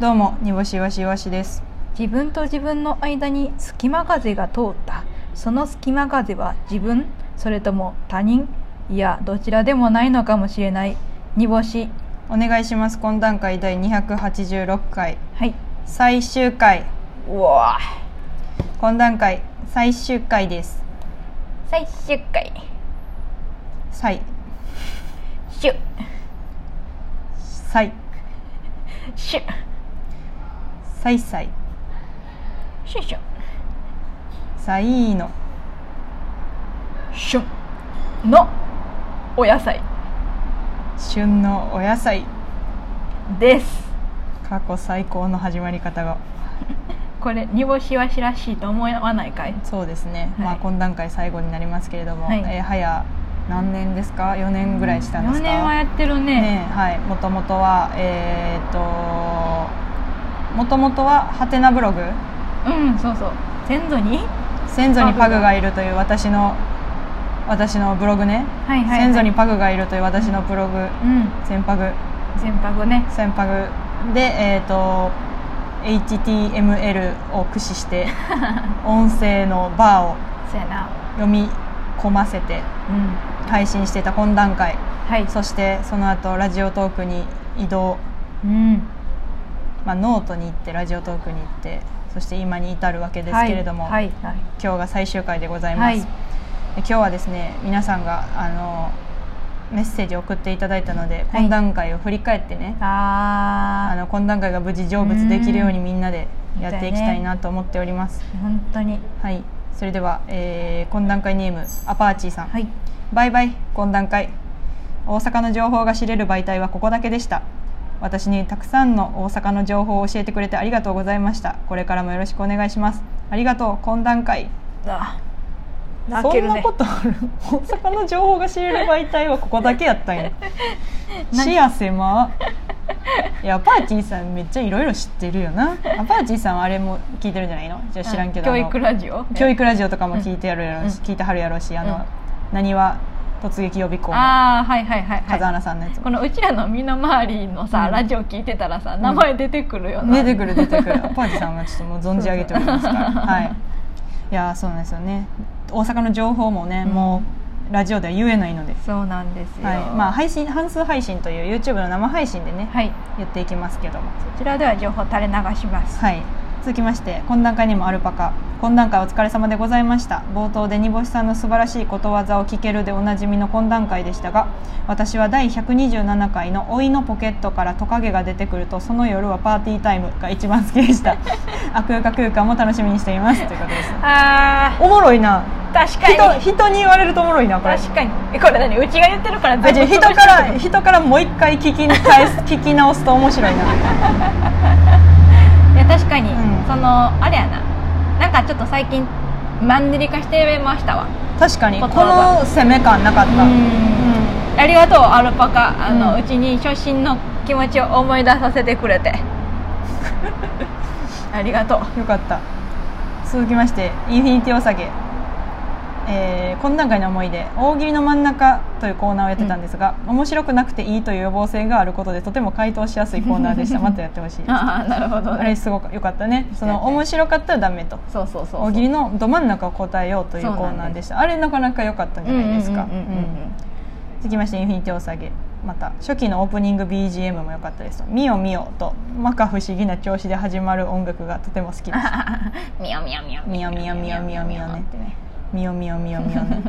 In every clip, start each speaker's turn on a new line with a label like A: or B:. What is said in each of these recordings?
A: どうも煮干しわしわしです
B: 自分と自分の間に隙間風が通ったその隙間風は自分それとも他人いやどちらでもないのかもしれない煮干し
A: お願いします懇談会第286回
B: はい
A: 最終回
B: うわ
A: 懇談会最終回です
B: 最終回
A: 最
B: シュ
A: 最
B: シュ
A: 最最
B: シュシュ
A: 最の
B: シュンのお野菜
A: 旬のお野菜
B: です
A: 過去最高の始まり方が
B: これ煮干しわしらしいと思わないかい
A: そうですね、
B: は
A: ま
B: い
A: あ懇談会最後になりますけれども、
B: はい
A: えー早何年ですか4年ぐらいしたんです
B: 4
A: か
B: 年はやってるね
A: ねはい、もともとはえー、っともともとはハテナブログ
B: うんそうそう先祖に
A: 先祖にパグがいるという私の私のブログね、
B: はいはい、はい、
A: 先祖にパグがいるという私のブログ
B: うん
A: 先パグ
B: 全泊ね
A: 先パグでえー、っと HTML を駆使して 音声のバーを
B: そうやな
A: 読み込ませて
B: うん
A: 配信してた懇談会
B: はい
A: そしてその後ラジオトークに移動
B: うん
A: まあ、ノートに行ってラジオトークに行ってそして今に至るわけですけれども、
B: はいはい
A: 今日が最終回でございます、
B: はい
A: で今日はですね皆さんがあのメッセージを送っていただいたので
B: はい
A: 懇談会を振り返ってね、あ
B: あ
A: の懇談会が無事成仏できるように
B: うん
A: みんなでやっていきたいなと思っております、
B: ー本当に
A: はいそれでは、えー、懇談会ネームアパーチーさん、
B: はい
A: バイバイ懇談会大阪の情報が知れる媒体はここだけでした私にたくさんの大阪の情報を教えてくれてありがとうございましたこれからもよろしくお願いしますありがとう懇談会
B: あ
A: そんなことある大阪の情報が知れる媒体はここだけやったん や視野狭いやアパーティーさんめっちゃいろいろ知ってるよなアパーティーさんはあれも聞いてるんじゃないのじゃあ知らんけど、
B: う
A: あ
B: 教
A: の
B: 育ラジオ
A: 教育ラジオとかも聞いてやるやろうし、
B: うん
A: 聞いてはるやろうしあ
B: うん
A: の、なにわ突撃予備校の
B: ああはいはいはい
A: 風
B: はい
A: 穴さんのやつ
B: このうちらの身の回りのさ、
A: うん
B: ラジオ聞いてたらさ名前出てくるよな、
A: 出てくる出て くるパーティーさんはちょっともう存じ上げておりますから
B: そうそう
A: はいいやーそうなんですよね大阪の情報もね、もうラジオでは言えないので、
B: そうなんですよ
A: はいまあ、配信半数配信という YouTube の生配信でね、
B: はい
A: 言っていきますけども
B: こちらでは情報垂れ流します
A: はい続きまして懇談会にもアルパカ懇談会お疲れ様でございました冒頭で煮干しさんの素晴らしいことわざを聞けるでおなじみの懇談会でしたが私は第127回の「老いのポケットからトカゲが出てくるとその夜はパーティータイム」が一番好きでした 悪空間空間も楽しみにしていますということです
B: あ
A: おもろいな
B: ー確
A: 人
B: かに
A: 人に言われるとおもろいなこれ
B: 確かにえこれ何うちが言ってるから
A: あじゃあ人か
B: 潰して
A: ら
B: る
A: 人からもう一回聞き返す聞き直すと面白いない
B: や確かに、
A: うん
B: そのあれやななんかちょっと最近マンネリ化してましたわ
A: 確かにこ
B: 言葉
A: の攻め感なかった、
B: うんありがとうアルパカあの、
A: う
B: うんちに初心の気持ちを思い出させてくれてありがとう
A: よかった続きましてインフィニティおさげえー、懇談会の思い出大喜利の真ん中というコーナーをやってたんですが、面白くなくていいという予防性があることでとても回答しやすいコーナーで したまたやってほしいです
B: ああなるほど
A: あれすごくよかったねその面白かったらダメと
B: そうそうそう
A: 大喜利のど真ん中を答えようというコーナーでしたあれなかなか良かったんじゃないですか
B: うんうんうんうん
A: うん続きましてインフィニティおさげまた初期のオープニング BGM も良かったです「みよみよ」と摩訶不思議な調子で始まる音楽がとても好きです
B: うんみよみよみよ
A: みよみよみよみよみよね
B: ってね
A: 「みよみよみよみよ」 ね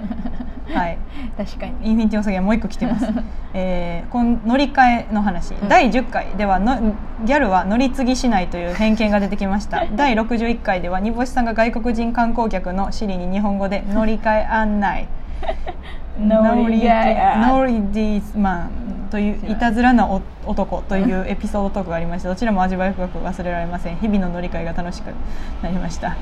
A: はい
B: 確かに
A: インフィニティおさげもう一個来て ますえーこん乗り換えの話、
B: ん
A: 第10回ではのギャルは乗り継ぎしないという偏見が出てきました 第61回では煮干しさんが外国人観光客のシリに日本語で乗り換え案内
B: 乗り換え
A: ノリディーマンといういたずらなお男というエピソードトークがありましたどちらも味わい深く忘れられません日々の乗り換えが楽しくなりました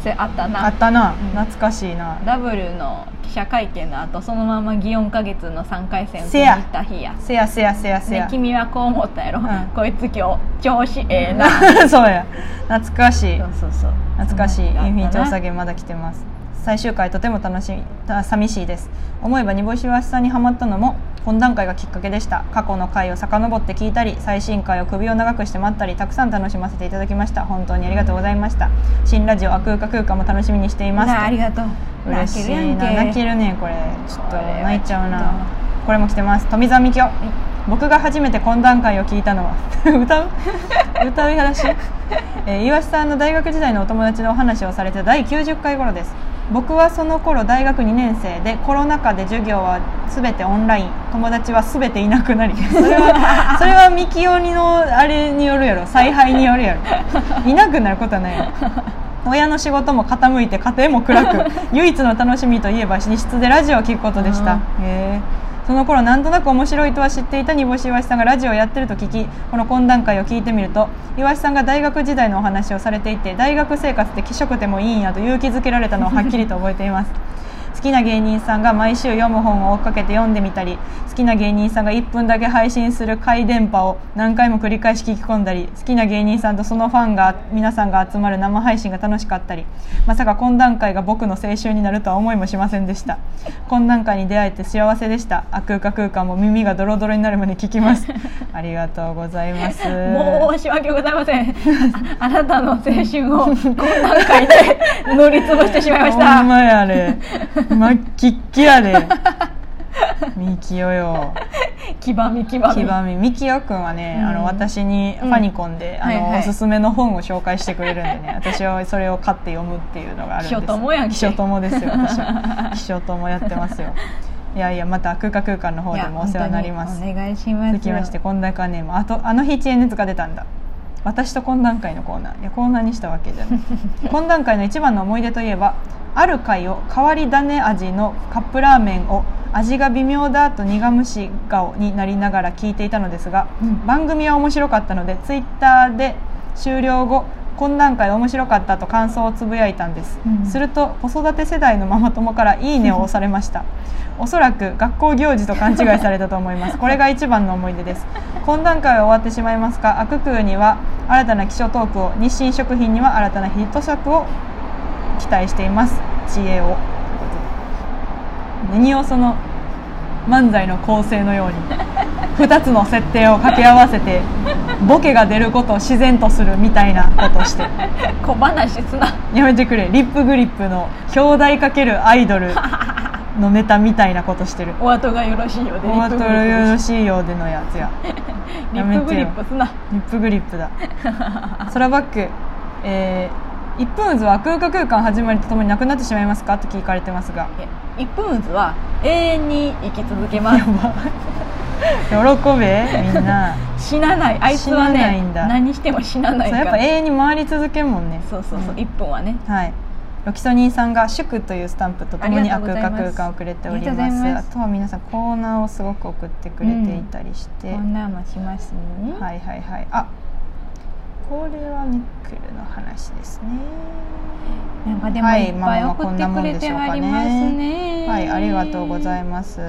B: それあった
A: あ
B: な
A: ったな、
B: ん
A: 懐かしいな
B: W の記者会見の後そのまま祇園花月の3回戦を
A: せや
B: 見た日や
A: せやせやせやせ
B: で
A: や、
B: 君はこう思ったやろ、
A: ん
B: こいつ今日調子ええな
A: そうや懐かしい
B: そうそうそう
A: 懐かしいインフィニティお下
B: げ
A: げまだ来てます最終回とても楽しみあ寂しいです思えば煮干しわしさんにはまったのも懇談会がきっかけでした過去の回を遡って聞いたり最新回を首を長くして待ったりたくさん楽しませていただきました本当にありがとうございました新ラジオあ空か空かも楽しみにしています
B: なありがとう
A: 嬉しいな
B: 泣
A: 泣
B: け
A: け
B: るやんけ
A: るねこれちょっと
B: これは
A: 泣いちゃう
B: ちょ
A: なこれも来てます富澤美京僕が初めて懇談会を聞いたのは 歌 う歌う話、えー、岩下さんの大学時代のお友達のお話をされて第90回頃です僕はその頃大学2年生でコロナ禍で授業は全てオンライン友達は全ていなくなり それはそれはみきおにのあれによるやろ采配によるやろいなくなることはないよ親の仕事も傾いて家庭も暗く唯一の楽しみといえば寝室でラジオを聞くことでしたへえその頃なんとなく面白いとは知っていた煮干しわしさんがラジオをやってると聞きこの懇談会を聞いてみるとわしさんが大学時代のお話をされていて大学生活って気色でもいいんやと勇気づけられたのをはっきりと覚えています好きな芸人さんが毎週読む本を追っかけて読んでみたり好きな芸人さんが1分だけ配信する回電波を何回も繰り返し聞き込んだり好きな芸人さんとそのファンが皆さんが集まる生配信が楽しかったりまさか懇談会が僕の青春になるとは思いもしませんでした懇談会に出会えて幸せでしたあ空か空間も耳がドロドロになるまで聞き ますありがとうございます
B: 申し訳ございませ んああなたの青春を懇談 会で乗り潰してしまいまし
A: ほん
B: た
A: まやれまっきっきや れみきよよ
B: 黄ばみ黄ばみ
A: きばみみきよくんはね、
B: うん
A: あの私にファニコンで、
B: うん
A: あの
B: はいはい
A: おすすめの本を紹介してくれるんでね 私はそれを買って読むっていうのがあ るんです
B: 秘書友やんけ
A: 秘書友です よ私は秘書友やってますよいやいやまた空間空間の方でもお世話になります
B: いや本当にお願いします
A: 続きまして懇談会ネームあとあの日知恵熱が出たんだ私と懇談会のコーナーいやコーナーにしたわけじゃ ない懇談会の一番の思い出といえばある回を変わり種味のカップラーメンを味が微妙だと苦虫顔になりながら聞いていたのですが
B: うん
A: 番組は面白かったのでツイッターで終了後懇談会面白かったと感想をつぶやいたんです、
B: うん
A: すると子育て世代のママ友から「いいね」を押されま したおそらく学校行事と勘違いされたと思いますこれが一番の思い出です懇談会は終わってしまいますが悪空には新たな気象トークを日清食品には新たなヒット作を期待しています知恵を何をその漫才の構成のよう に2つの設定を掛け合わせてボケが出ることを自然とするみたいなことをして
B: 小話すな
A: やめてくれリップグリップの兄弟×アイド ルのネタみたいなことしてる
B: お後がよろしいようで
A: お後がよろしいようでのやつや
B: リップグリップすな
A: リップグリップ だ空バック、えー、1分渦は空間空間始まりとともになくなってしまいますかと聞かれてますが
B: いや一分渦は永遠に生き続けます
A: 喜べみんな
B: 死なないあいつは
A: 死なない
B: ね
A: んだ
B: 何しても死な な
A: そ
B: いう
A: や
B: か
A: っぱ
B: ら
A: 永遠に回り続けるもんね
B: そうそうそう、
A: ん
B: 一本はね
A: はい。ロキソニンさんが祝というスタンプとともに
B: あ
A: 悪
B: りがとうございま
A: 空
B: す
A: 空間をくれており
B: ありが
A: ま
B: とう
A: す
B: ございま
A: あ
B: す
A: とは皆さんコーナーをすごく送ってくれていたりして、
B: こんなんもしますね、
A: はいはいはいあこれはニックルの話ですね
B: なんかでも
A: はいい
B: っぱい
A: まあまあ
B: 送
A: こんな
B: って
A: も
B: く
A: ん
B: れ
A: でしてょうかね
B: はりますね
A: はいありがとうござい
B: ま
A: ます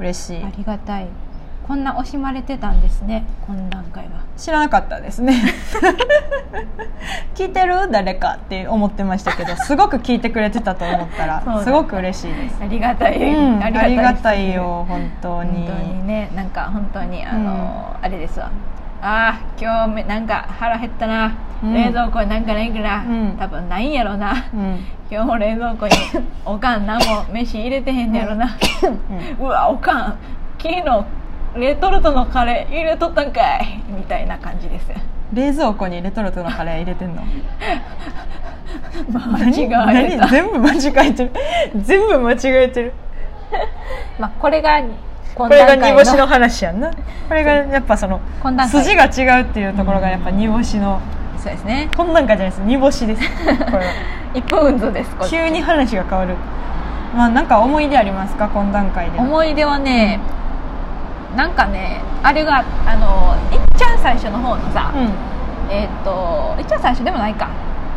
A: 嬉しい
B: ありがたいこんな惜しまれてたんですね懇談会は
A: 知らなかったですね 聞いてる誰かって思ってましたけ どすごく聞いてくれてたと思った
B: そうだ
A: らすごく嬉しいです
B: ありがたい、
A: うん、ありがたい
B: です
A: よ本当
B: 本
A: に
B: 当にねなんか本当にあの、あれですわあー今日めなんか腹減ったな、
A: うん
B: 冷蔵庫になんかないかな、
A: うん
B: 多分ないんやろな
A: うん、
B: 今日も冷蔵庫におかん何も飯入れてへんのやろな、うわおかん昨日レトルトのカレー入れとったんかいみたいな感じです
A: 冷蔵庫にレトルトのカレー入れてんの
B: 間違
A: 何
B: えた
A: 何、全部間違えてる全部間違えてる
B: まあ、これがこ
A: これが煮干しの話や んなこれがやっぱその
B: 懇談会
A: 筋が違うっていうところがやっぱ煮干しの
B: そうですね
A: こんなんかじゃないです煮干し ですこれは
B: 一分ずですこっち
A: 急に話が変わるまあなんか思い出ありますか懇談会での
B: 思い出はねなんかねあれがあのいっちゃん最初の方のさ、
A: うん
B: えっ、といっちゃん最初でもないか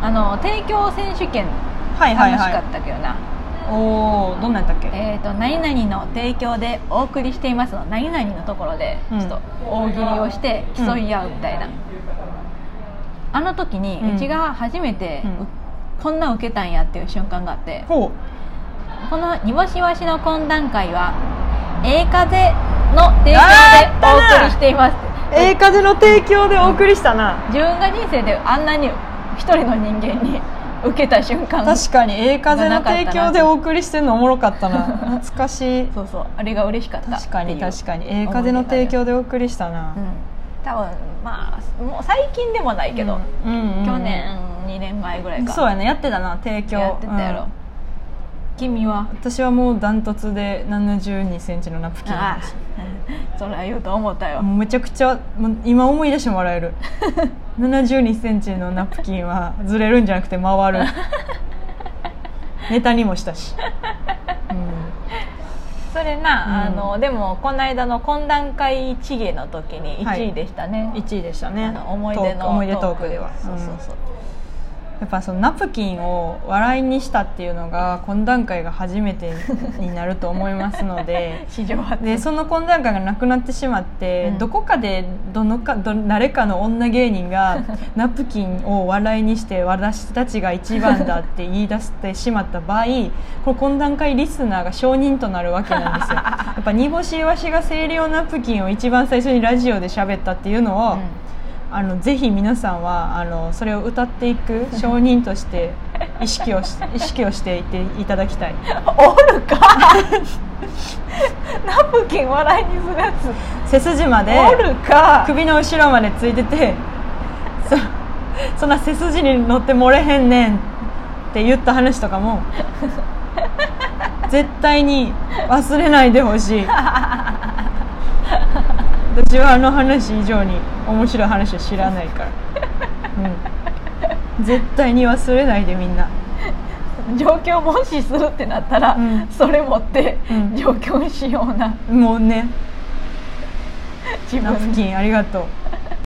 B: あの提供選手権
A: はいはい
B: 楽しか
A: は
B: っ
A: い
B: たけどな、
A: おおどんなんやったっけ
B: えっ、と何々の提供でお送りしていますの何々のところで
A: うん
B: ちょっと大喜利をして競い合うみたいな、あの時に
A: うん
B: うちが初めて、
A: うん
B: うこんな受けたんやっていう瞬間があって
A: ほ
B: この煮干しわしの懇談会はええ風の提供
A: あーあったな
B: でお送りしています
A: うええ風の提供でお送りしたな、
B: 自分が人生であんなに一人の人間に 受けた瞬間
A: 確かにええ風の提供でお送りしてるのおもろかったな懐かしい
B: そうそうあれが嬉しかった
A: 確かに確
B: か
A: かにええ風の提供でお送りしたな、
B: うん、多分まあもう最近でもないけど、
A: うんうんうん
B: 去年2年前ぐらいか
A: そうやねやってたな提供
B: やってたやろ、
A: うん
B: 君は
A: 私はもうダントツで7 2センチのナプキン
B: ああそれは言うと思ったよ、
A: もうめちゃくちゃもう今思い出してもらえ る7 2センチのナプキンはずれるんじゃなくて回 るネタにもしたし、うん
B: それな、
A: うん
B: あのでもこの間の懇談会地芸の時に
A: はい
B: 1位でしたね、
A: 1位でした
B: あ
A: ね
B: の思い出
A: トー
B: の
A: ク思い出トークでは
B: そうそうそう、
A: やっぱそのナプキンを笑いにしたっていうのが懇談会が初めてになると思いますので
B: 史上初
A: でその懇談会がなくなってしまって、
B: うん
A: どこかでどのかど誰かの女芸人 がナプキンを笑いにして私たちが一番だって言い出してしまった場合これ懇談会リスナーが証人となるわけなん ですよ。やっぱ煮干しイワシが清涼ナプキンを一番最初にラジオで喋ったっていうのを、
B: うん
A: あのぜひ皆さんはあのそれを歌っていく証人として意識をし意識をしていっていただきたい。
B: おるか ナプキン笑いにするやつ
A: 背筋まで
B: おるか
A: 首の後ろまでついててそそんな背筋に乗って漏れへんねんって言った話とかも絶対に忘れないでほしい私はあの話以上に面白い話は知らないから、うん、絶対に忘れないでみんな
B: 状況を無視するってなったら、
A: うん
B: それ持って
A: うん
B: 状況しような
A: もうね
B: 自
A: ナ
B: 分
A: プキンありがとう